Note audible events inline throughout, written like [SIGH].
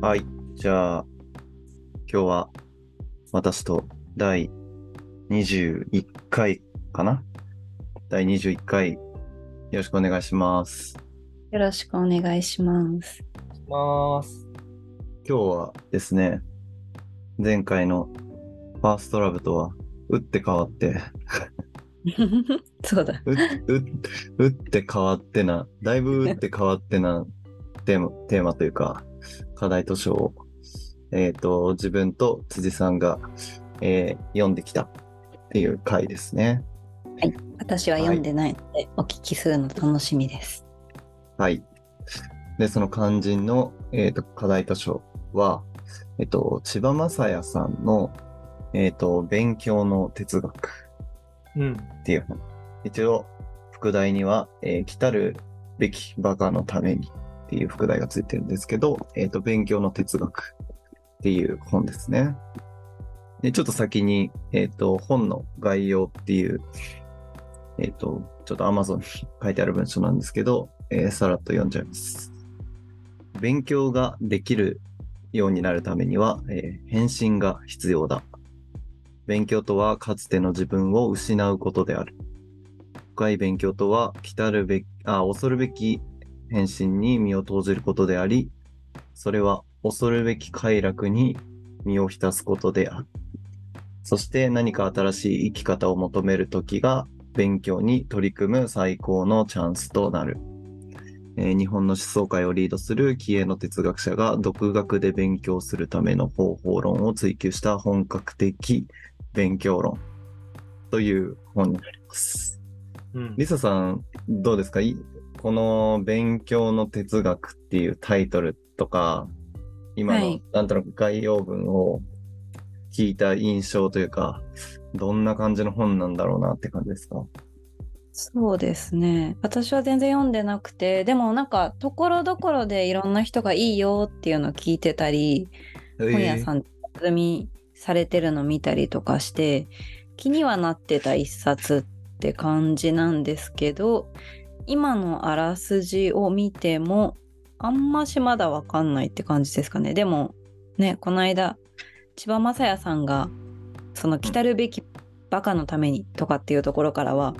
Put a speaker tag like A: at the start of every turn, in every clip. A: はい。じゃあ、今日は私と第21回かな第21回、よろしくお願いします。
B: よろしくお願いします。
C: ます。
A: 今日はですね、前回のファーストラブとは打って変わって、
B: [LAUGHS] そうだ。
A: うう打って変わってな、だいぶ打って変わってなテーマテーマというか、課題図書を、えっ、と、自分と辻さんが、えー読んできたっていう回ですね。
B: 私は読んでないので、お聞きするの楽しみです。
A: はい。で、その肝心の、えー、と課題図書は、えっ、と、千葉雅也さんの、えっ、と、勉強の哲学
C: うん。
A: っていう本。一応、副題には、えー来たるべきバカのためにっていう副題がついてるんですけど、えっ、と、勉強の哲学っていう本ですね。で、ちょっと先に、えっ、と、本の概要っていう、えっ、と、ちょっと Amazon に書いてある文章なんですけど、えーさらっと読んじゃいます。勉強ができるようになるためには、えー返信が必要だ。勉強とはかつての自分を失うことである。深い勉強とは来たるべきあ恐るべき変身に身を投じることでありそれは恐るべき快楽に身を浸すことであるそして何か新しい生き方を求める時が勉強に取り組む最高のチャンスとなる、えー日本の思想界をリードする気鋭の哲学者が独学で勉強するための方法論を追求した本格的勉強論という本になります。
C: うん
A: リサさん、どうですかいこの勉強の哲学っていうタイトルとか、今
B: は
A: の
B: い
A: なんとなく概要文を聞いた印象というか、どんな感じの本なんだろうなって感じですか
B: そうですね。私は全然読んでなくて、でもなんか、ところどころでいろんな人がいいよっていうのを聞いてたり、本屋さんで積みされてるの見たりとかして、気にはなってた一冊って感じなんですけど、今のあらすじを見ても、あんましまだわかんないって感じですかね。でも、ね、この間、千葉雅也さんが、その来たるべきバカのためにとかっていうところからは、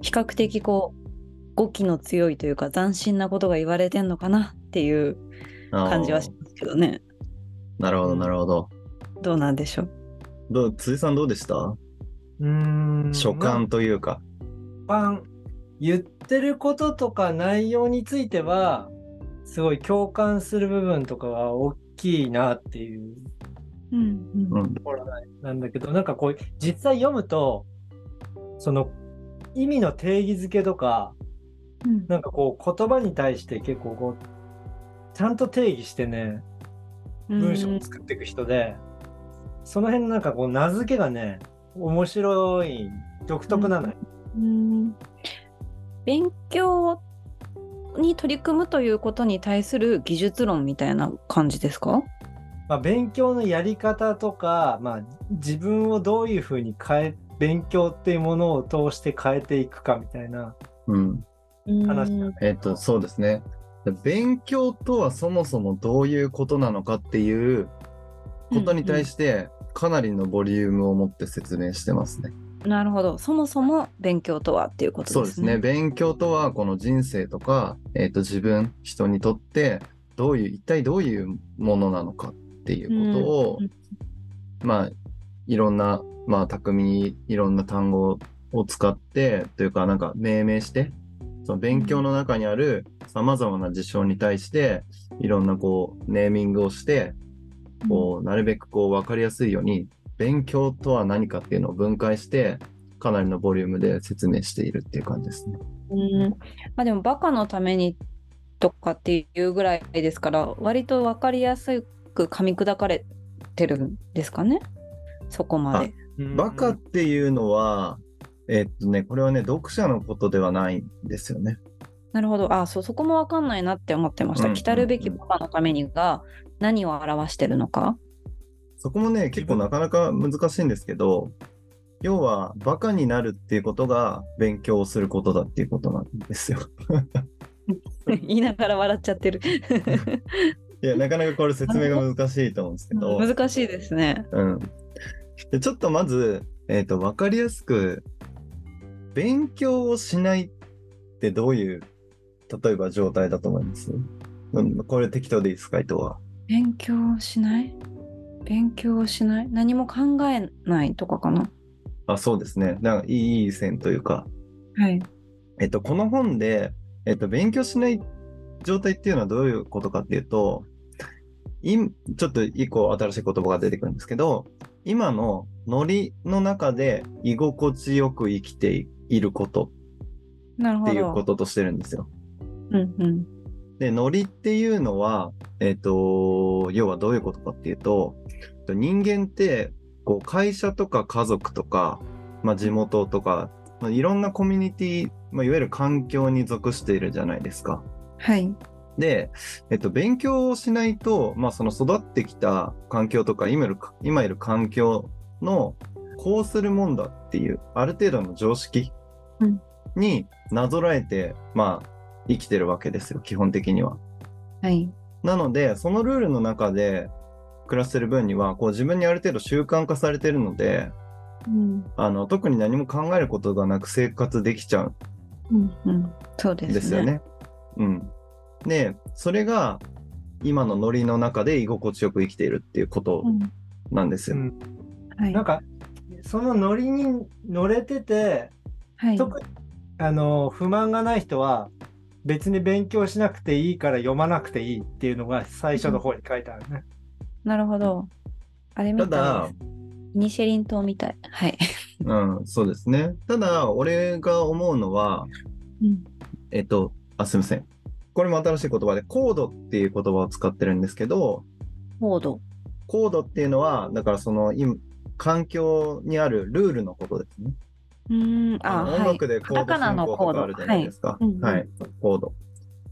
B: 比較的こう、語気の強いというか、斬新なことが言われてんのかなっていう
A: あー
B: 感じはしますけどね。
A: なるほど、なるほど。
B: どうなんでしょう。
A: どう辻さんどうでした
C: うーん
A: 書簡。というか。
C: 一般言ってることとか内容については、すごい共感する部分とかは大きいなっていう
B: うん
A: うん
C: ところなんだけど、なんかこう、実際読むと、その意味の定義づけとか、
B: うん
C: なんかこう、言葉に対して結構こう、ちゃんと定義してね、文章を作っていく人で、その辺のなんかこう名付けがね面白い独特なのよ、
B: うん勉強に取り組むということに対する技術論みたいな感じですか
C: まあ、勉強のやり方とか、まあ、自分をどういうふうに変え勉強っていうものを通して変えていくかみたいな
A: うん。
C: 話だ
A: えっと、そうですね。勉強とはそもそもどういうことなのかっていうことに対
B: し
A: して、かなりのボリュームを持って説明してますね。
B: て、なるほどそもそも勉強とはっていうこと
A: そう
B: で
A: ですすね。
B: ね。
A: 勉強とは、この人生とか、えっ、と、自分、人にとって、どういう、一体どういうものなのかっていうことを、
B: うん
A: まあ、いろんな、まあ、巧みにいろんな単語を使って、というか、なんか命名して、その勉強の中にある様々な事象に対して、いろんなこう、ネーミングをして、こう、なるべくこう、わかりやすいように、勉強とは何かっていうのを分解して、かなりのボリュームで説明しているっていう感じですね。
B: うんまあ、でもバカのためにとかっていうぐらいですから割と分かりやすく噛み砕かれてるんですかねそこまで。
A: バカっていうのは、えっとね、これはね、読者のことではないんですよね。
B: なるほど。あ、そう、そこもわかんないなって思ってました。
A: うん
B: 来たるべきパパのためにが何を表してるのか。
A: そこもね、結構なかなか難しいんですけど、要は、バカになるっていうことが勉強をすることだっていうことなんですよ。
B: [LAUGHS] 言いながら笑っちゃってる。
A: いや、なかなかこれ説明が難しいと思うんですけど。
B: [LAUGHS] 難しいですね。
A: うん。でちょっとまず、えっ、と、わかりやすく、勉強をしないってどういう、例えば状態だと思います、うん、これ適当でいいですか、伊藤は。
B: 勉強をしない勉強をしない何も考えないとかかな。
A: あ、そうですね。なんかいい線というか、
B: はい。
A: えっと、この本で、えっと、勉強しない状態っていうのはどういうことかっていうと、いちょっと一個新しい言葉が出てくるんですけど、今のノリの中で居心地よく生きていること
B: なるほ
A: っ
B: ど。
A: ていうこととしてるんですよ。
B: うんうん。
A: で、ノリっていうのは、えっ、と、要はどういうことかっていうと、えっと人間って、こう、会社とか家族とか、まあ、地元とか、まあ、いろんなコミュニティ、まあ、いわゆる環境に属しているじゃないですか。
B: はい。
A: で、えっと、勉強をしないと、まあ、その育ってきた環境とか、今いる、今いる環境の、こうするもんだっていう、ある程度の常識
B: うん
A: になぞらえて、まあ、生きてるわけですよ、基本的には。
B: はい。
A: なので、そのルールの中で暮らしてる分には、こう自分にある程度習慣化されてるので、
B: うん
A: あの、特に何も考えることがなく生活できちゃう
B: うんうん。そうで
A: ん
B: すね。
A: ですよね。うん。で、それが今のノリの中で居心地よく生きているっていうこと
B: うん。
A: なんですよ。
C: うん
B: はい。
C: なんかそのノリに乗れてて、
B: はい。
C: 特にあの不満がない人は別に勉強しなくていいから読まなくていいっていうのが最初の方に書いてあるね。
B: なるほど。あれみた
A: た
B: いです
A: だ、
B: イニシェリン島みたい。はい。
A: うん、そうですね。ただ、俺が思うのは、
B: [LAUGHS] うん。
A: えっと、あ、すいません。これも新しい言葉で、コードっていう言葉を使ってるんですけど、
B: コード。
A: コードっていうのは、だからその今、環境にあるルールのことですね。
B: うーん。あ、
A: の
B: はい。
A: 音楽でコー
B: カタ
A: ド
B: カナ
A: 進
B: の
A: 行とかあるじゃないですか
B: コード。はい
A: はい、コード。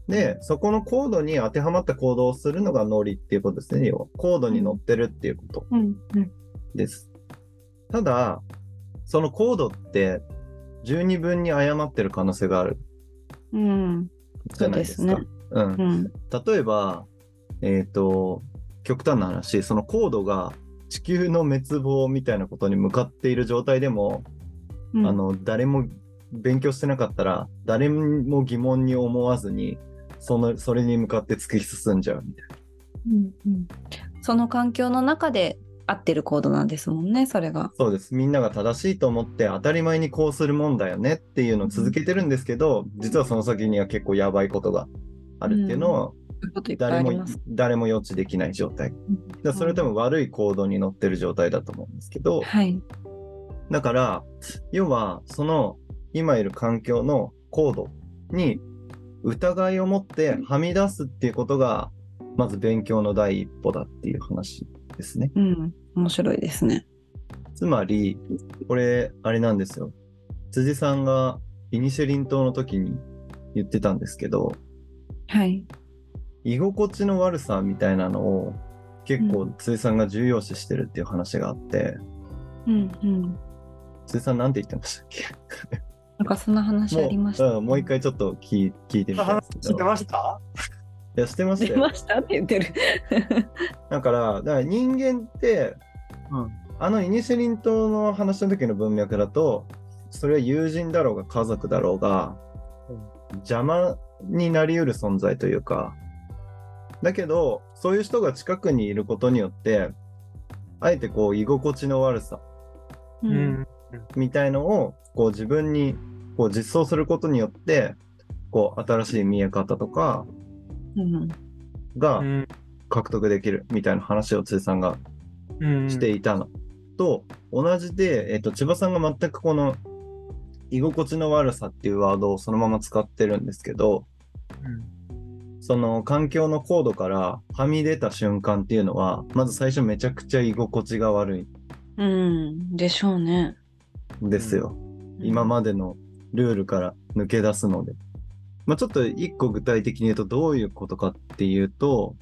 A: で、そこのコードに当てはまった行動をするのがノリっていうことですね。要は、コードに乗ってるっていうこと
B: うんうん。
A: です。ただ、そのコードって、十二分に誤ってる可能性がある
B: うん。
A: じゃないですか。
B: そうです
A: うん
B: う。ん。
A: 例えば、えっ、と、極端な話、その高度が地球の滅亡みたいなことに向かっている状態でも、
B: うん
A: あ、の、誰も勉強してなかったら、誰も疑問に思わずに、その、それに向かって突き進んじゃうみたい
B: うんうん。その環境の中で合ってるコードなんですもんね、それが
A: な。。そうです。みんなが正しいと思って当たり前にこうするもんだよねっていうのを続けてるんですけど、実はその先には結構やばいことがあるっていうのを、
B: こといっぱいあ
A: 誰
B: り
A: も
B: ます。、
A: 誰も予知できない状態。だからそれとも悪い行動に乗ってる状態だと思うんですけど、
B: はい。
A: だから、要は、その、今いる環境の高度に疑いを持ってはみ出すっていうことが、まず勉強の第一歩だっていう話ですね。
B: うん。面白いですね。
A: つまり、これ、あれなんですよ。辻さんがイニシェリン島の時に言ってたんですけど、
B: はい。
A: 居心地の悪さみたいなのを結構辻さんが重要視してるっていう話があって、
B: うんうん。
A: 辻さんなんて言ってましたっけ
B: なんかそんな話ありました、
A: もううんもう一。回ちょっと聞い聞いてみたいんです
C: 知
A: け
C: って
A: ど。
C: ました
A: いや、してました
B: 出
A: よ
B: ま。したって言ってる。
A: だから、だから人間って、
C: うん
A: あのイニシリン島の話の時の文脈だと、それは友人だろうが家族だろうが、
C: うん
A: 邪魔になりうる存在というか、だけど、そういう人が近くにいることによって、あえてこう居心地の悪さ
B: う。
C: うんん。
A: みたいのをこう自分にこう実装することによって、こう新しい見え方とか
B: うん。
A: が、
C: うん
A: 獲得できるみたいな話を辻さんが
C: うん
A: していたの、と同じで、えっと千葉さんが全くこの居心地の悪さっていうワードをそのまま使ってるんですけどその環境の高度からはみ出た瞬間っていうのはまず最初めちゃくちゃ居心地が悪い
B: うん。でしょうね。
A: んですよ、今までのルールから抜け出すので、まあ、ちょっと一個具体的に言うとどういうことかっていうと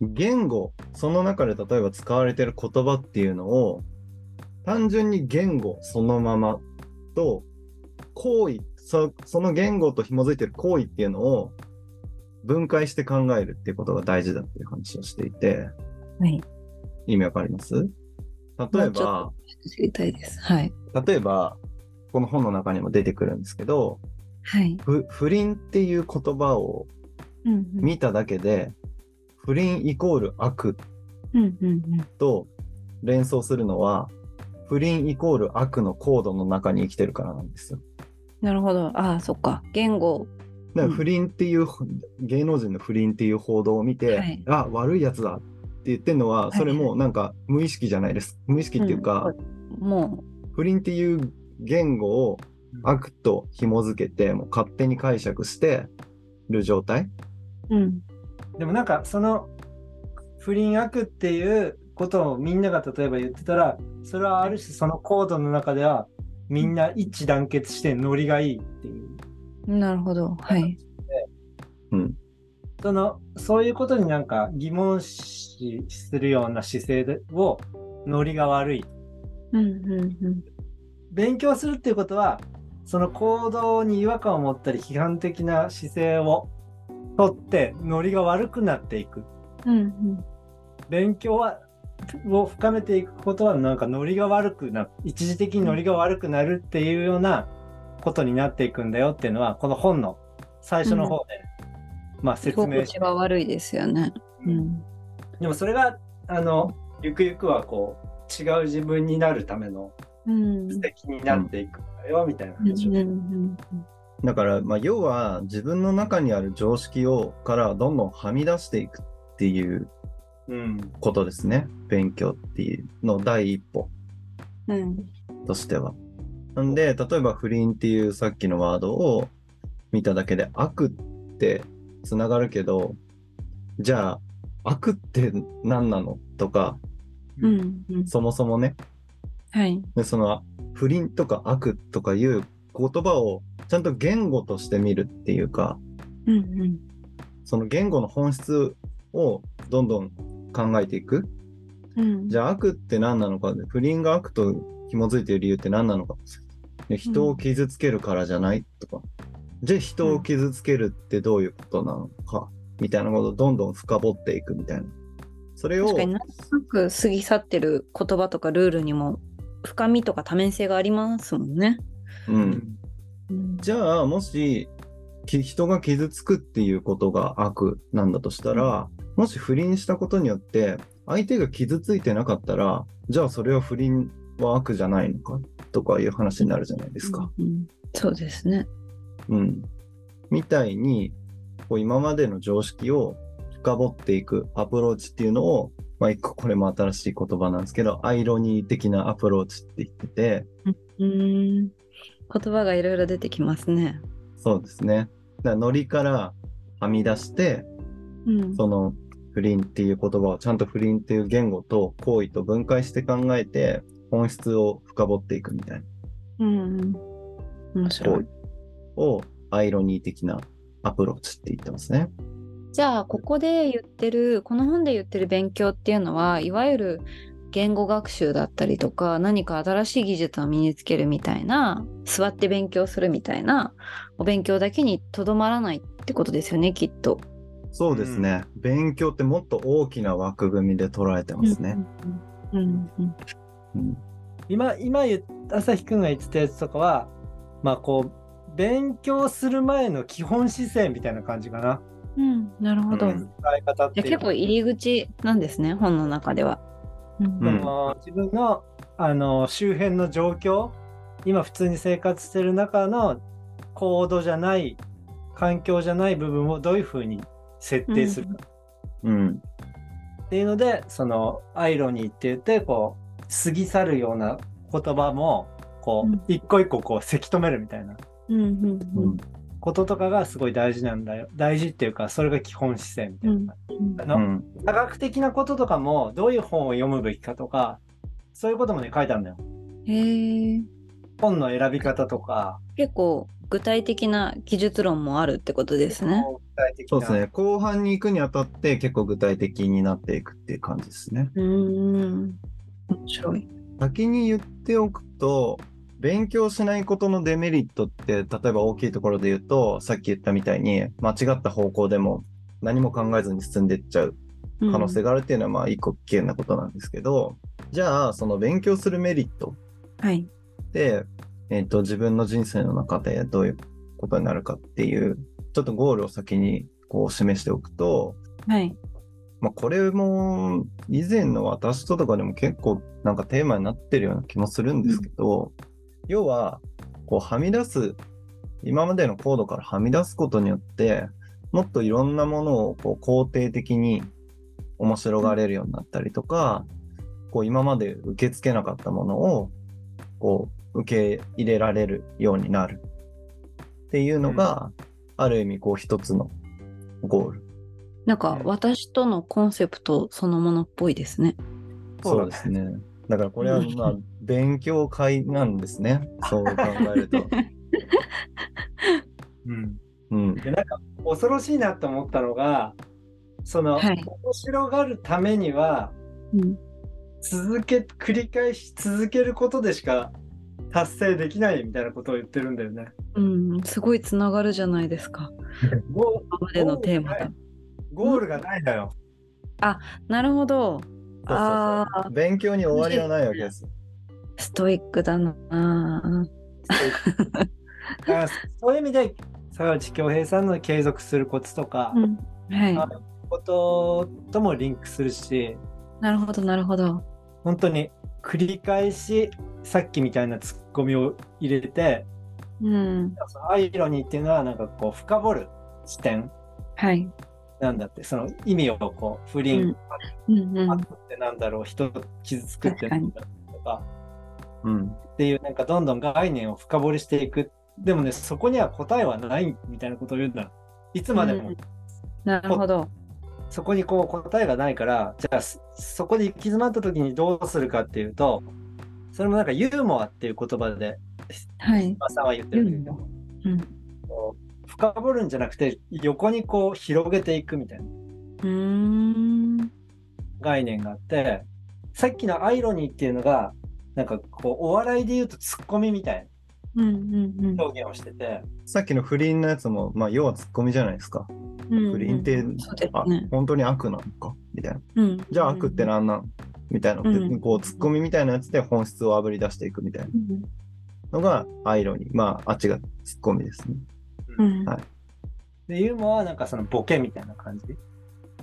A: 言語その中で例えば使われてる言葉っていうのを単純に言語そのままと行為そその言語と紐づいてる行為っていうのを分解して考えるってことが大事だっていう話をしていて、
B: はい。
A: 意味わかります例え
B: もうちょ
A: ば、
B: 知りたいです。はい。
A: 例えば、この本の中にも出てくるんですけど、
B: はい。
A: ふ不倫っていう言葉を
B: うんうん。
A: 見ただけで、不倫イコール悪
B: うんうんうん。
A: と連想するのは、不倫イコール悪のコードの中に生きてるからなんですよ。
B: なるほど。ああ、そっか。言語。
A: だか
B: うん
A: ら不倫っていう、芸能人の不倫っていう報道を見て、
B: はい
A: あ悪いやつだって言ってるのは、
B: はい
A: それもなんか無意識じゃないです。無意識っていうか、
B: うんも
A: 不倫っていう言語を悪と紐づけて、もう勝手に解釈してる状態。
B: う。うん。
C: でもなんかその不倫悪っていうことをみんなが例えば言ってたらそれはある種そのコードの中ではみんな一致団結してノリがいいっていう
B: なるほど。はい。
A: うん。
C: そのそういうことになんか疑問視するような姿勢でをノリが悪い
B: うんうんうん。
C: 勉強するっていうことはその行動に違和感を持ったり批判的な姿勢をとってノリが悪くなっていく
B: うんうん。
C: 勉強はを深めていくことはなんかノリが悪くな一時的にノリが悪くなるっていうようなことになっていくんだよっていうのはこの本の最初の方で、まあ
B: 居
C: 説明
B: 心
C: し
B: 地が悪いですよね。うん。
C: でもそれがあのゆくゆくはこう違う自分になるための
B: うん。
C: 素敵になっていくんだよみたいな
B: うん
C: 話を、
B: うんうん
A: だから、まあ、要は自分の中にある常識をからどんどんはみ出していくっていう
C: うん
A: ことですね。勉強っていうの第一歩。
B: うんうん
A: としては。なんで、例えば不倫っていうさっきのワードを見ただけで悪ってつながるけど、じゃあ悪って何なのとか、
B: うんうん。
A: そもそもね、
B: はい。
A: でその不倫とか悪とかいう言葉をちゃんと言語として見るっていうか、
B: うんうん。
A: その言語の本質をどんどん考えていく。
B: うん
A: じゃあ悪って何なのかで不倫が悪と紐づいている理由って何なのかで人を傷つけるからじゃないとか、じゃあ人を傷つけるってどういうことなのか、みたいなことをどんどん深掘っていくみたいなそれを
B: 確かになんとなく過ぎ去ってる言葉とかルールにも深みとか多面性がありますもんね。
A: うん、
B: うん
A: じゃあもしき人が傷つくっていうことが悪なんだとしたら、もし不倫したことによって相手が傷ついてなかったらじゃあそれは不倫は悪じゃないのかとかいう話になるじゃないですか。
B: うんそうですね。
A: うん、みたいにこう今までの常識を深掘っていくアプローチっていうのを、まあ、一個これも新しい言葉なんですけどアイロニー的なアプローチって言ってて
B: うん言葉がいろいろ出てきますね。
A: そうですねだからノリからはみ出して
B: うん
A: その不倫っていう言葉をちゃんと不倫っていう言語と行為と分解して考えて本質を深掘っていくみたいな
B: うん面白
A: 行
B: い
A: 為。をアイロニー的なアプローチって言ってますね。
B: じゃあここで言ってるこの本で言ってる勉強っていうのはいわゆる言語学習だったりとか何か新しい技術を身につけるみたいな座って勉強するみたいなお勉強だけにとどまらないってことですよねきっと。
A: そうですね、勉強ってもっと大きな枠組みで捉えてますね。
B: うんうんうん
A: うん
C: 今今言っ朝日くんが言ってたやつとかはまあこう勉強する前の基本姿勢みたいな感じかな
B: うん、なるほど。
A: う
B: じ
A: ん
C: 使い方って
B: ゃあ
C: いう
B: 結構入り口なんですね、本の中では。うん
A: うん
C: その自分のあの周辺の状況今普通に生活してる中の行動じゃない環境じゃない部分をどういうふうに設定するか
A: うん、
C: っていうので、そのアイロニーって言ってこう過ぎ去るような言葉もこ
B: うん
C: う一個一個こうせき止めるみたいな
B: うん
A: う
B: う
A: ん
B: ん
C: こととかがすごい大事なんだよ大事っていうかそれが基本姿勢みたい
B: うん
C: な、あ
A: う
C: の
A: ん、
C: 科学的なこととかもどういう本を読むべきかとかそういうこともね書いてあるんだよ
B: へえ
C: 本の選び方とか
B: 結構具体的な技術論もあるってことですね。
C: 具体的な
A: そうですね。後半に行くにあたって結構具体的になっていくっていう感じですね。
B: うん。面白い。
A: 先に言っておくと、勉強しないことのデメリットって、例えば大きいところで言うと、さっき言ったみたいに、間違った方向でも何も考えずに進んでっちゃう可能性が
B: が、
A: あるっていうのはまあ一個危険なことなんですけど、じゃあその勉強するメリット
B: はい
A: って、えっと自分の人生の中でどういうことになるかっていうちょっとゴールを先にこう示しておくと、
B: はい
A: まあ、これも以前の私ととかでも結構なんかテーマになってるような気もするんですけど、要はこうはみ出す今までのコードからはみ出すことによってもっといろんなものをこう肯定的に面白がれるようになったりとかこう今まで受け付けなかったものをこう受け入れられるようになるっていうのが、ある意味こう一つのゴール
B: なんか私とのコンセプトそのものっぽいですね
A: そうですね。だからこれはまあ勉強会なんですね。そう考える
B: [LAUGHS]
A: と。
C: うん、
A: うん。
C: 恐ろしいなと思ったのがその、
B: はい
C: 面白がるためには
B: うん
C: 続け繰り返し続けることでしか達成できないみたいなことを言ってるんだよね。
B: うん、すごいつながるじゃないですか
C: ゴ
B: 今までのテーマが
C: ゴールがない
B: [LAUGHS]
C: のよ。
B: なるほど
A: そうそうそう。勉強に終わりはないわけです。
B: ストイックだなあ
C: だからそういう意味で坂内恭平さんの継続するコツとか、
B: うんはい
C: あことともリンクするし
B: なるほどなるほど
C: 本当に繰り返しさっきみたいなツッコミを入れて
B: うん
C: そのアイロニーっていうのはなんかこう深掘る視点
B: はい
C: なんだってその意味をこう不倫、
B: うんうんうん
C: あってなんだろう人を傷つくってなんだろうとか
A: うん。
C: っていうなんかどんどん概念を深掘りしていくでもねそこには答えはないみたいなことを言うんだいつまでも、
B: うんなるほど
C: そこにこう答えがないからじゃあそそこで行き詰まった時にどうするかっていうとそれもなんかユーモアっていう言葉で
B: はい
C: 馬さんは言ってるんだけど、
B: うん
C: こう深掘るんじゃなくて横にこう広げていくみたいな
B: うーん
C: 概念があってさっきのアイロニーっていうのがなんかこうお笑いで言うとツッコミみたい
B: うんうん
C: な表現をしてて、
A: さっきの不倫のやつも、まあ要はツッコミじゃないですか。
B: うん
A: 不倫って、
B: そうです
A: あ
B: ね
A: 本当に悪なのかみたいな。
B: うん
A: じゃあ悪ってなんなんみたいなのって、
B: うん
A: こうツッコミみたいなやつで本質をあぶり出していくみたいな
B: うん
A: のがアイロニー。まああっちがツッコミですね。
B: うん
A: はい
C: でユーモアはなんかそのボケみたいな感じ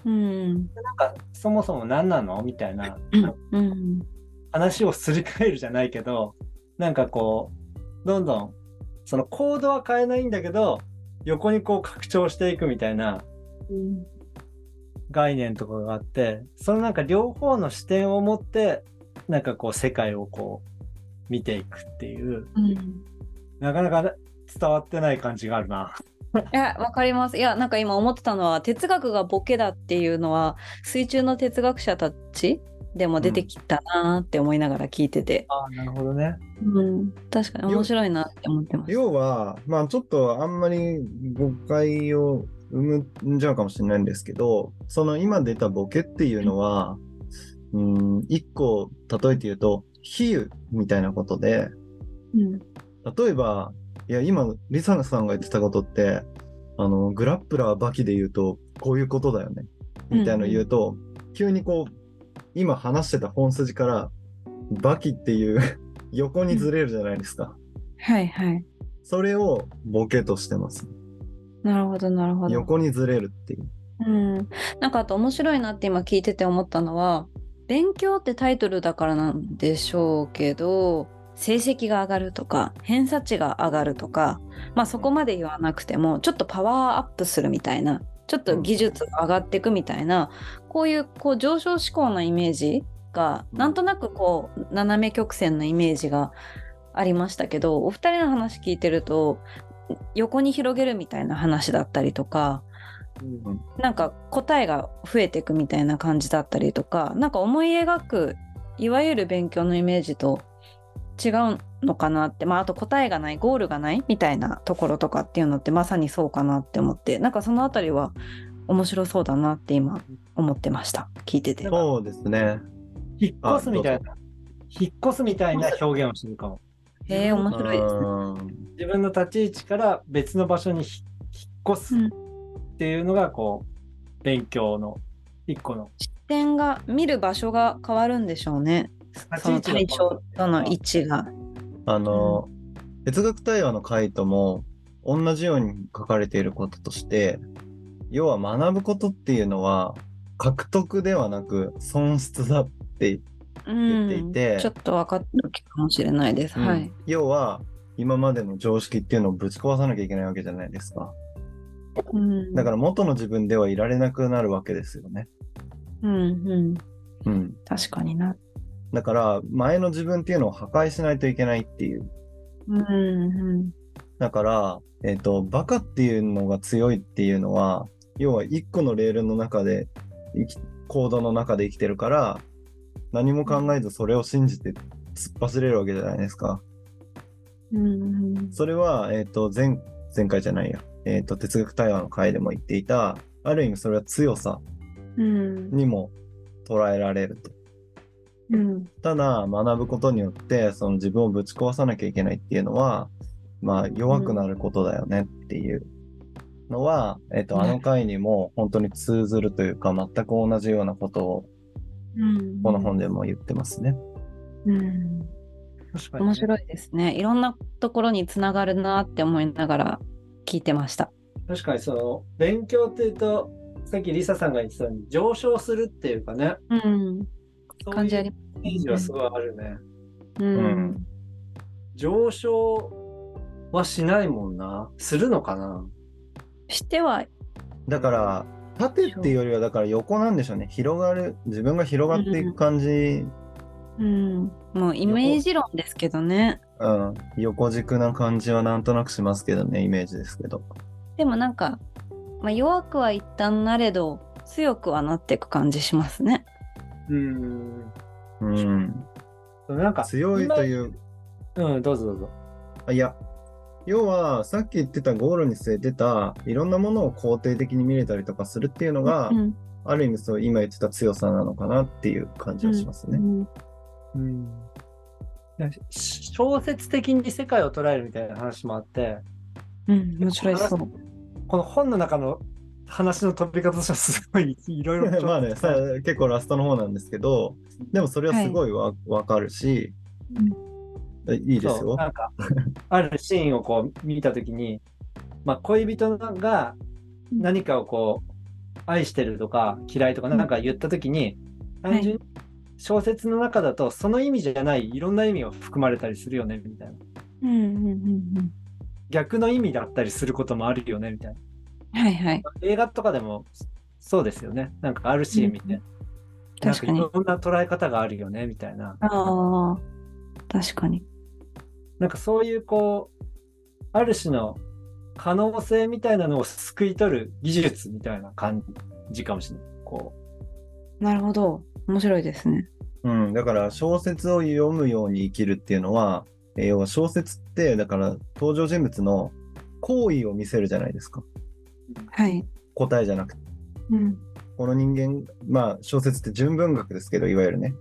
B: うん
C: なんかそもそも何なのみたいな
B: うん
C: 話をすり替えるじゃないけどなんかこうどんどんそのコードは変えないんだけど横にこう拡張していくみたいな
B: うん
C: 概念とかがあってそのなんか両方の視点を持ってなんかこう世界をこう見ていくっていう
B: うん
C: なかなか伝わってない感じがあるな。
B: いや、わかります。いや、なんか今思ってたのは、哲学がボケだっていうのは、水中の哲学者たちでも出てきたなーって思いながら聞いてて、
C: ああなるほどね。
B: うん、確かに面白いなって思ってます。
A: 要は、まあちょっとあんまり誤解を生むんじゃうかもしれないんですけど、その今出たボケっていうのは、うん、一個例えて言うと、比喩みたいなことで、
B: うん、
A: 例えば、いや、今、リサナさんが言ってたことって、あの、グラップラーバキで言うと、こういうことだよね、みたいなの言うと、急にこう、今話してた本筋から、バキっていう [LAUGHS] 横にずれるじゃないですか。
B: はいはい。
A: それをボケとしてます。
B: なるほど、なるほど。
A: 横にずれるっていう。
B: うん、なんかあと面白いなって今聞いてて思ったのは「勉強」ってタイトルだからなんでしょうけど成績が上がるとか偏差値が上がるとか、まあ、そこまで言わなくてもちょっとパワーアップするみたいなちょっと技術が上がっていくみたいなこういうこう上昇志向のイメージがなんとなくこう斜め曲線のイメージがありましたけどお二人の話聞いてると横に広げるみたいな話だったりとか。なんか答えが増えていくみたいな感じだったりとかなんか思い描くいわゆる勉強のイメージと違うのかなって、まあ、あと答えがないゴールがないみたいなところとかっていうのってまさにそうかなって思ってなんかそのあたりは面白そうだなって今思ってました聞いてて。
A: そうですね。
C: 引っ越すみたいな引っ越すみたいな表現をするかも。
B: えー、面
A: う
B: 白いですね。
A: ん
C: 自分の立ち位置から別の場所にひ引っ越すっていうのがこう、勉強の一個の。
B: 視点が見る場所が変わるんでしょうね。その
C: 立ち
B: 対
C: 位置が変わる
B: 象との位置が。
A: あの、哲学対話の回とも同じように書かれていることとして、要は学ぶことっていうのは獲得ではなく損失だって、
B: うん
A: 言っていて
B: ちょっと分かってるかもしれないです。は
A: う
B: い
A: ん。要は今までの常識っていうのをぶち壊さなきゃいけないわけじゃないですか。
B: うん
A: だから元の自分ではいられなくなるわけですよね。
B: うんうん。
A: うん。
B: 確かにな。
A: だから前の自分っていうのを破壊しないといけないっていう。
B: うんうん。
A: だから、えっ、と、バカっていうのが強いっていうのは、要は一個のレールの中で生き、コードの中で生きてるから、何も考えずそれを信じて突っ走れるわけじゃないですか。
B: うんうん
A: それは、えっ、と、前、前回じゃないや。えっ、と、哲学対話の回でも言っていた、ある意味それは強さ
B: うん
A: にも捉えられると。
B: うん
A: ただ学ぶことによってその自分をぶち壊さなきゃいけないっていうのはまあ弱くなることだよねっていうのは、えっとあ
B: ね
A: の回にも本当に通ずるというか全く同じようなことを
B: うん
A: この本でも言ってますね。
B: うん
C: 確かにね、
B: 面白いですね。いろんなところにつながるなって思いながら聞いてました。
C: 確かにその勉強っていうとさっきリサさんが言ってたように上昇するっていうかね
B: うん。
C: そう
B: 感じあ
C: いう
B: り
C: イメージはすごいあるね、
B: うん。
C: 上昇はしないもんなするのかな
B: しては
A: だから縦っていうよりはだから横なんでしょうね広がる自分が広がっていく感じ、
B: うん、もうイメージ論ですけどね
A: うん、横軸な感じはなんとなくしますけどねイメージですけど。
B: でもなんか、まあ、弱くは一旦なれど強くはなっていく感じしますね。
C: うん
A: うん、
C: なんか
A: 強いという
C: 今うんどうぞどうぞ
A: あいや、要はさっき言ってたゴールに据えてたいろんなものを肯定的に見れたりとかするっていうのが、
B: うん
A: ある意味そう今言ってた強さなのかなっていう感じがしますね。
C: うんなんかし小説的に世界を捉えるみたいな話もあって
B: うん、面白いそう。
C: この本の中の話の飛び方としてはすごいいろいろ
A: [LAUGHS] まあねさ結構ラストの方なんですけどでもそれはすごいわ、わかるし、えいいです
C: そう
A: よ。
C: なんかあるシーンをこう見た時に、まあ、恋人が何かをこう愛してるとか嫌いとか
B: うん
C: なんか言った時に、
B: はい
C: 単純に小説の中だとその意味じゃないいろんな意味を含まれたりするよねみたいな
B: うんうんうん
C: 逆の意味だったりすることもあるよねみたいな
B: うん。はいはい。
C: 映画とかでもそうですよねなんかあるシーン見て、
B: うん
C: なん
B: 確
C: か
B: か
C: い
B: に。
C: ろんな捉え方があるよねみたいな
B: ああ、確かに。
C: なんかそういうこう、ある種の可能性みたいなのをすくい取る技術みたいな感じかもしれない。こ
B: なるほど。面白いですね。
A: うん、だから小説を読むように生きるっていうのは、えー要は小説ってだから登場人物の行為を見せるじゃないですか
B: はい。
A: 答えじゃなくて
B: うん。
A: この人間、まあ小説って純文学ですけど、いわゆるね。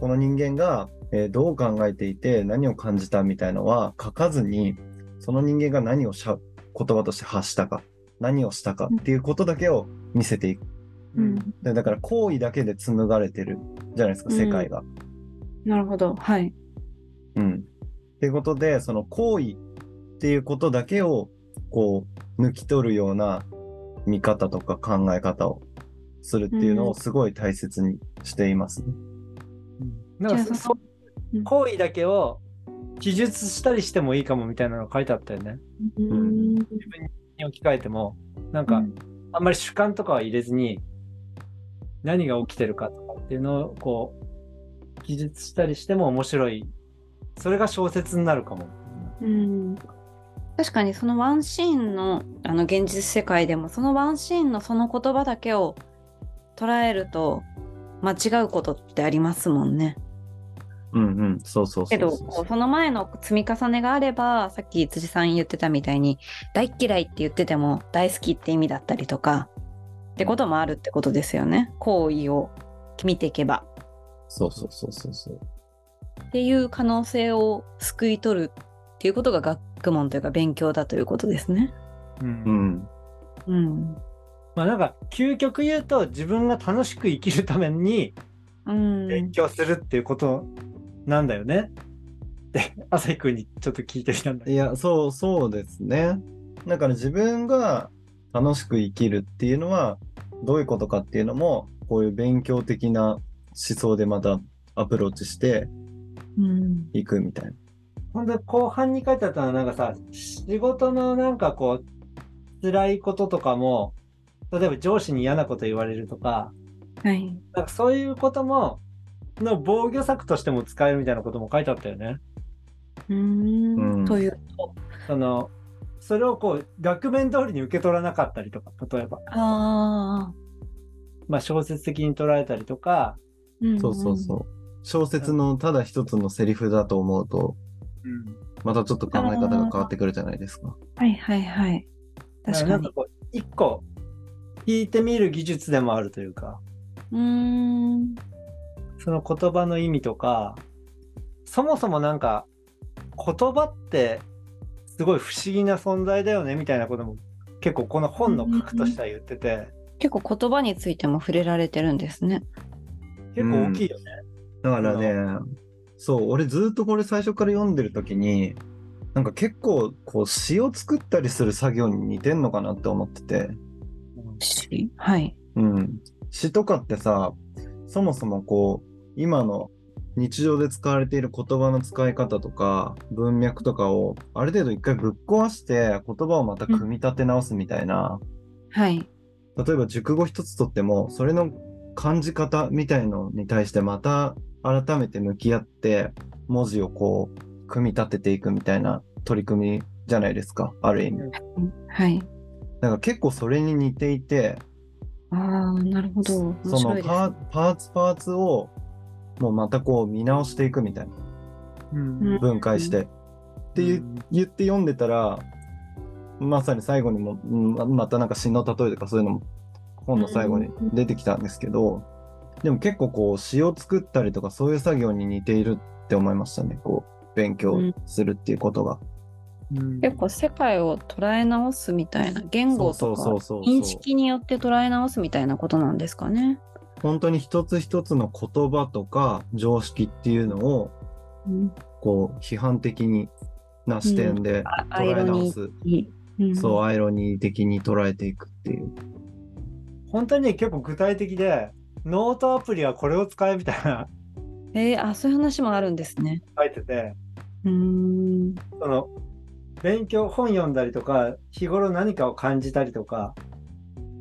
A: この人間が、えーどう考えていて何を感じたみたいのは書かずに、その人間が何をしゃ言葉として発したか、何をしたかっていうことだけを見せていく。
C: う、
A: でだから行為だけで紡がれてるじゃないですか、
B: うん
A: 世界が。
B: なるほど。はい。
A: うん。っていうことで、その行為っていうことだけを、こう、抜き取るような見方とか考え方をするっていうの
B: う
A: を
B: ん
A: すごい大切にしていますね。
C: なんか
B: じゃ
C: そ
B: あ
C: そ
B: うん
C: 行為だけを記述したりしてもいいかもみたいなの書いてあったよね。
A: ん
B: うん
C: に置き換えても、なんかあんまり主観とかは入れずに、何が起きてるかとかっていうのをこう、記述したりしても面白い。それが小説になるかも。
B: うん確かにそのワンシーンのあの現実世界でもそのワンシーンのその言葉だけを捉えると間違うことってありますもんね。
A: うんうん、そうそうそ
B: け
A: うそう
B: どこうその前の積み重ねがあればさっき辻さん言ってたみたいに大っ嫌いって言ってても大好きって意味だったりとかってこともあるってことですよね行為を見ていけば
A: そうそうそうそうそう。
B: っていう可能性をすくい取るっていうことが学問というか勉強だということですね。
C: うん
A: うん。
B: うん、
C: まあなんか究極言うと自分が楽しく生きるために
B: うん
C: 勉強するっていうことなんだよね。って朝日くんにちょっと聞いてみたんだけ
A: いや、そうそうですね。だから自分が楽しく生きるっていうのは、どういうことかっていうのも、こういう勉強的な思想でまたアプローチして
B: うん
A: いくみたいな。
C: ど。ほんと後半に書いてあったのはなんかさ仕事のなんかこう辛いこととかも例えば上司に嫌なこと言われるとか
B: はい
C: なんかそういうこともの防御策としても使えるみたいなことも書いてあったよね。
A: う
B: う
A: ん
B: んというと
C: そのそれをこう額面通りに受け取らなかったりとか例えば、
B: ああ
C: まあ、小説的に捉えたりとか、
A: そうそうそう。小説のただ一つのセリフだと思うと、またちょっと考え方が変わってくるじゃないですか。
B: うんはいはいはい確か
C: なんか
B: に
C: こう一個聞いてみる技術でもあるというか
B: うーん
C: その言葉の意味とかそもそもなんか言葉ってすごい不思議な存在だよねみたいなことも結構この本の核としては言ってて、
B: 結構言葉についても触れられてるんですね
C: 結構大きいよね。
A: だからね、そう、俺ずっとこれ最初から読んでる時に、なんか結構こう詩を作ったりする作業に似てんのかなって思ってて、
B: はい
A: うん。詩とかってさ、そもそもこう、今の日常で使われている言葉の使い方とか文脈とかをある程度一回ぶっ壊して言葉をまた組み立て直すみたいな、
B: はい
A: 例えば熟語一つとってもそれの感じ方みたいのに対してまた改めて向き合って文字をこう組み立てていくみたいな取り組みじゃないですかある意味
B: はい
A: なんか結構それに似ていて
B: ああなるほど
A: そ
B: 面白
A: の
B: いです
A: パーパーツパーツをもうまたこう見直していくみたいな
C: うん
B: うん
A: 分解して、って言言って読んでたらまさに最後にもうんままたなんか詩の例えとかそういうのも本の最後に出てきたんですけど、でも結構こう詩を作ったりとかそういう作業に似ているって思いましたねこう勉強するっていうことが、
C: うん
B: 結構世界を捉え直すみたいな言語
A: そ
B: と
A: うそ
B: か
A: うそうそう
B: 認識によって捉え直すみたいなことなんですかね。
A: 本当に一つ一つの言葉とか常識っていうのを
B: うん
A: こう批判的にな視点で
B: あア
A: 捉
B: イ
A: え
B: ロ
A: 直
B: ニ
A: す、
B: ー。うん
A: そうアイロニー的に捉えていくっていう
C: 本当にね結構具体的でノートアプリはこれを使えみたいな
B: えーあそういう話もあるんですね。
C: 書いてて
B: うーん
C: その勉強本読んだりとか日頃何かを感じたりとか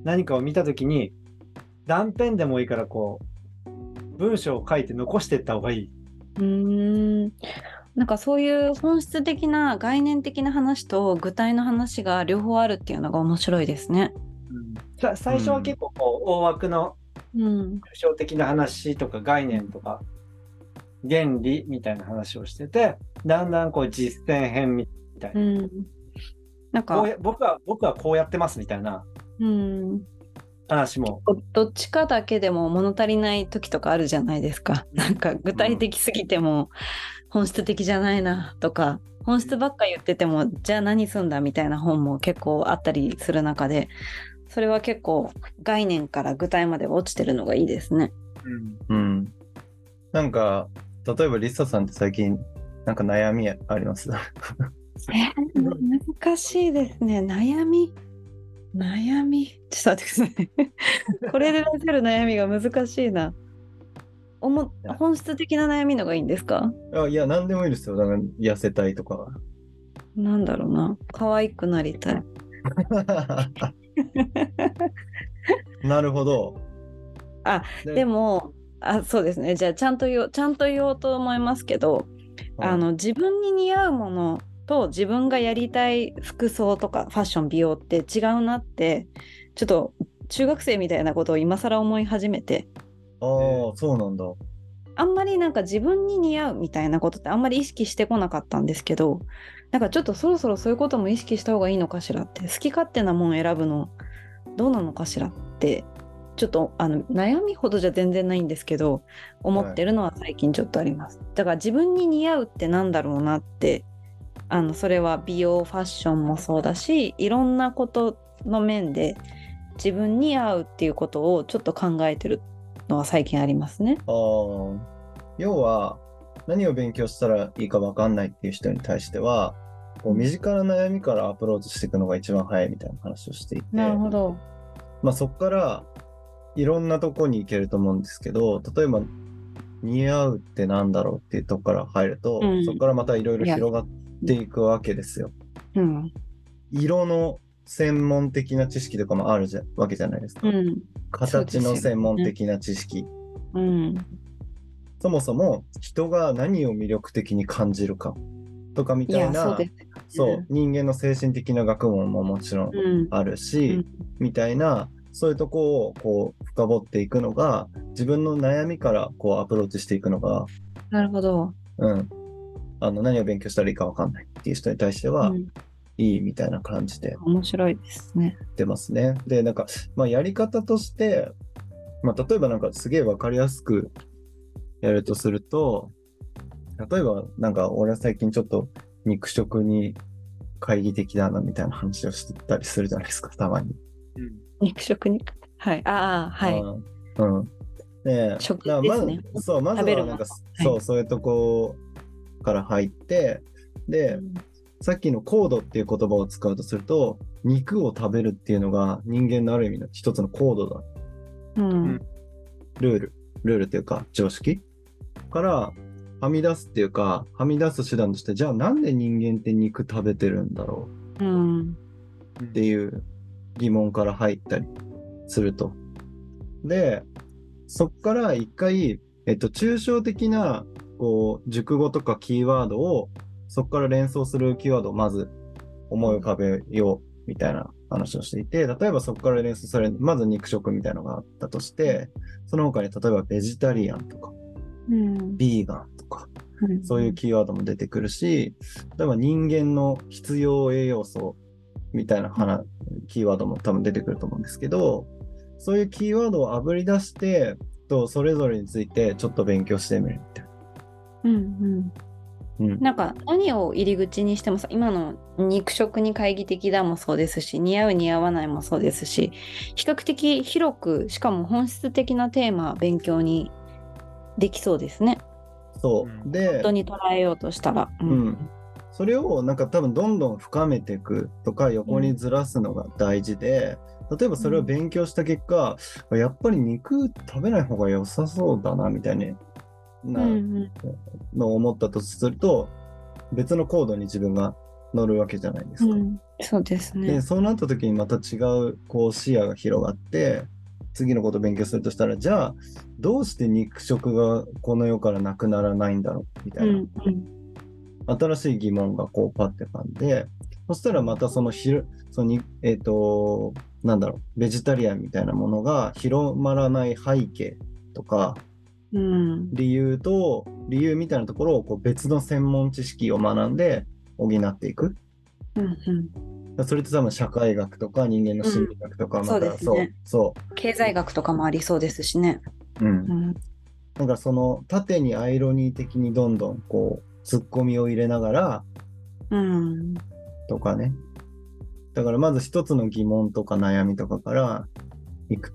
C: 何かを見た時に断片でもいいからこう文章を書いて残していった方がいい。
B: うーんなんかそういう本質的な概念的な話と具体の話が両方あるっていうのが面白いですね。
C: さ最初は結構こう大枠の
B: うん、
C: 抽象的な話とか概念とか原理みたいな話をしててだんだんこう実践編みたいな、
B: うん、なん
C: こ
B: か
C: うや僕は僕はこうやってますみたいな
B: うん
C: 話も
B: どっちかだけでも物足りない時とかあるじゃないですか。なんか具体的すぎても本質的じゃないなとか、本質ばっか言っててもじゃあ何すんだみたいな本も結構あったりする中で、それは結構概念から具体まで落ちてるのがいいですね。
C: うん
A: うん。なんか、例えばリサさんって最近、なんか悩みあります [LAUGHS]
B: え難しいですね。悩み。悩み。ちょっと待ってくださ [LAUGHS] い。これで出せる悩みが難しいな。おも本質的な悩みのがいいんですか
A: あいや、なんでもいいですよ。だから痩せたいとか。 [LAUGHS]
B: なんだろうな可愛くなりたい
A: なるほど。
B: あ
A: ね、
B: でもあそうですねじゃあちゃんと言おうちゃんと言おうと思いますけど、
A: はい
B: あの自分に似合うものと自分がやりたい服装とかファッション美容って違うなってちょっと中学生みたいなことを今更思い始めて
A: ああ、そうなんだ。
B: あんまりなんか自分に似合うみたいなことってあんまり意識してこなかったんですけどなんかちょっとそろそろそういうことも意識した方がいいのかしらって好き勝手なもん選ぶのどうなのかしらってちょっとあの悩みほどじゃ全然ないんですけど思ってるのは最近ちょっとあります、だから自分に似合うってなんだろうなってあのそれは美容ファッションもそうだしいろんなことの面で自分に合うっていうことをちょっと考えてるのは最近ありますね。
A: あー要は何を勉強したらいいか分かんないっていう人に対してはこう身近な悩みからアプローチしていくのが一番早いみたいな話をしていて、
B: なるほど。
A: まあ、そこからいろんなとこに行けると思うんですけど例えば似合うってなんだろうっていうとこから入ると、
B: うん
A: そこからまたいろいろ広がっていくわけですよ。
B: うん。
A: 色の専門的な知識とかもあるじゃわけじゃないですか。
B: うん。
A: 形
B: そう
A: の
B: ですよね
A: 専門的な知識
B: うん。
A: そもそも人が何を魅力的に感じるかとかみ
B: い
A: たい
B: や、
A: な
B: そうです。
A: そう人間の精神的な学問ももちろん
B: うん。
A: あるし、
B: うん
A: みたいなそういうとこをこう深掘っていくのが自分の悩みからこうアプローチしていくのが、
B: なるほど。
A: うん、あの何を勉強したらいいか分かんないっていう人に対しては、
B: うん
A: いいみたいな感じで
B: 面白いですね。
A: ってますね。で、なんか、まあ、やり方として、まあ、例えばなんかすげえわかりやすくやるとすると、例えばなんか俺は最近ちょっと肉食に懐疑的だなみたいな話をしてたりするじゃないですか、たまに。
B: 肉食肉。はい。ああ、はい。
A: うん。うん。ねえ
B: 食
A: だからまず
B: ですね
A: そう、まず
B: 食べ
A: は
B: る
A: なんか、
B: い
A: そう、そういうとこから入って、で、さっきのコードっていう言葉を使うとすると、肉を食べるっていうのが人間のある意味の一つのコードだ。
B: うん。
A: ルール、ルールというか常識からはみ出すっていうか、はみ出す手段として、じゃあなんで人間って肉食べてるんだろ
B: うん。
A: うっていう疑問から入ったりすると。で、そっから一回、えっと、抽象的な、こう、熟語とかキーワードを、そこから連想するキーワードをまず思い浮かべようみたいな話をしていて、例えばそこから連想される、まず肉食みたいなのがあったとして、その他に例えばベジタリアンとか、
B: うん。
A: ビーガンとか、
B: ん
A: そういう。キーワードも出てくるし、例えば人間の必要栄養素みたいな話、キーワードも多分出てくると思うんですけど、そういうキーワードをあぶり出して、とそれぞれについてちょっと勉強してみるみたいな。
B: うん。うん。
A: うん、
B: なんか何を入り口にしてもさ今の肉食に懐疑的だもそうですし似合う似合わないもそうですし比較的広くしかも本質的なテーマ勉強にできそうですね
A: そうう。
C: ん
A: で
B: 本当、に捉えようとしたら。う
A: うんそれをなんか多分どんどん深めていくとか横にずらすのが大事で、例えばそれを勉強した結果、やっぱり肉食べない方が良さそうだなみたいに
B: う
A: な、
B: ん
A: のを思ったとすると別のコードに自分が乗るわけじゃないです
B: う
A: か。
B: ん、そうです
A: で
B: ね。
A: そうなった時にまた違うこう視野が広がって次のことを勉強するとしたらじゃあどうして肉食がこの世からなくならないんだろうみた
B: う
A: い
B: ん
A: な、
B: うん
A: 新しい疑問がこうパッてかんでそしたらまたそのひろそのにえっ、となんだろうベジタリアンみたいなものが広まらない背景とか
B: うん
A: 理由と理由みたいなところをこう別の専門知識を学んで補っていく
B: うんうん
A: それって多分社会学とか人間の心理学とか、
B: うん
A: ま
B: そう
A: た
B: です
A: そう,、
B: ね
A: そ
B: 経済学とかもありそうですしね。
A: ううん
B: うん
A: なんかその縦にアイロニー的にどんどんこう突っ込みを入れながら
B: うん
A: とかねだからまず一つの疑問とか悩みとかからいく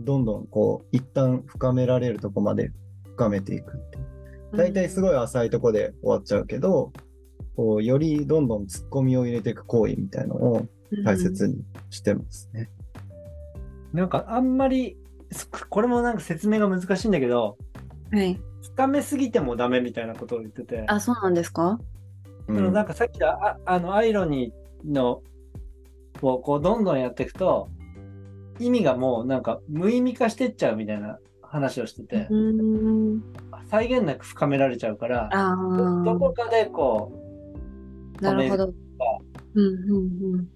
A: どんどんこう一旦深められるとこまで深めていくっていう大体す
B: い。
A: ごい浅いとこで終わっちゃうけど、こうよりどんどん突っ込みを入れていく行為みたいのを大切にしてますね。
C: なんかあんまりすこれもなんか説明が難しいんだけど
B: うん。はい。
C: 深めすぎてもダメみたいなことを言ってて
B: あ、そうなんですか。
A: うん
C: そのなんかさっきのああのアイロニーのをこうどんどんやっていくと意味がもうなんか無意味化してっちゃうみたいな話をしてて、
B: うん。
C: 再現なく深められちゃうから
B: あ
C: ど
B: あ
C: ど。こかでこ
B: なるほど。うんうんうん。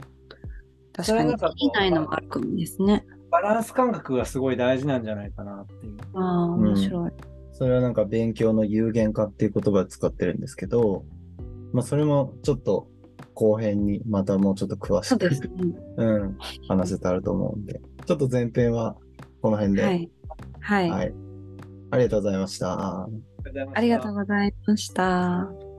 B: 確
C: そ
B: か
C: れはな
B: に
C: んかこう
B: 以外のもあるかもですね。
C: うバランス感覚がすごい大事なんじゃないかなっていう。
B: ああ、面白い。
A: それはなんか勉強の有限化っていう言葉を使ってるんですけど、まあ、それもちょっと後編にまたもうちょっと詳し
B: そう
A: く
B: です、ね。
A: うん、話せたらと思うんでちょっと前編はこの辺で、
B: はい。はい。
A: はいありがとうございました。
C: ありがとうございました
B: ありがとうございました。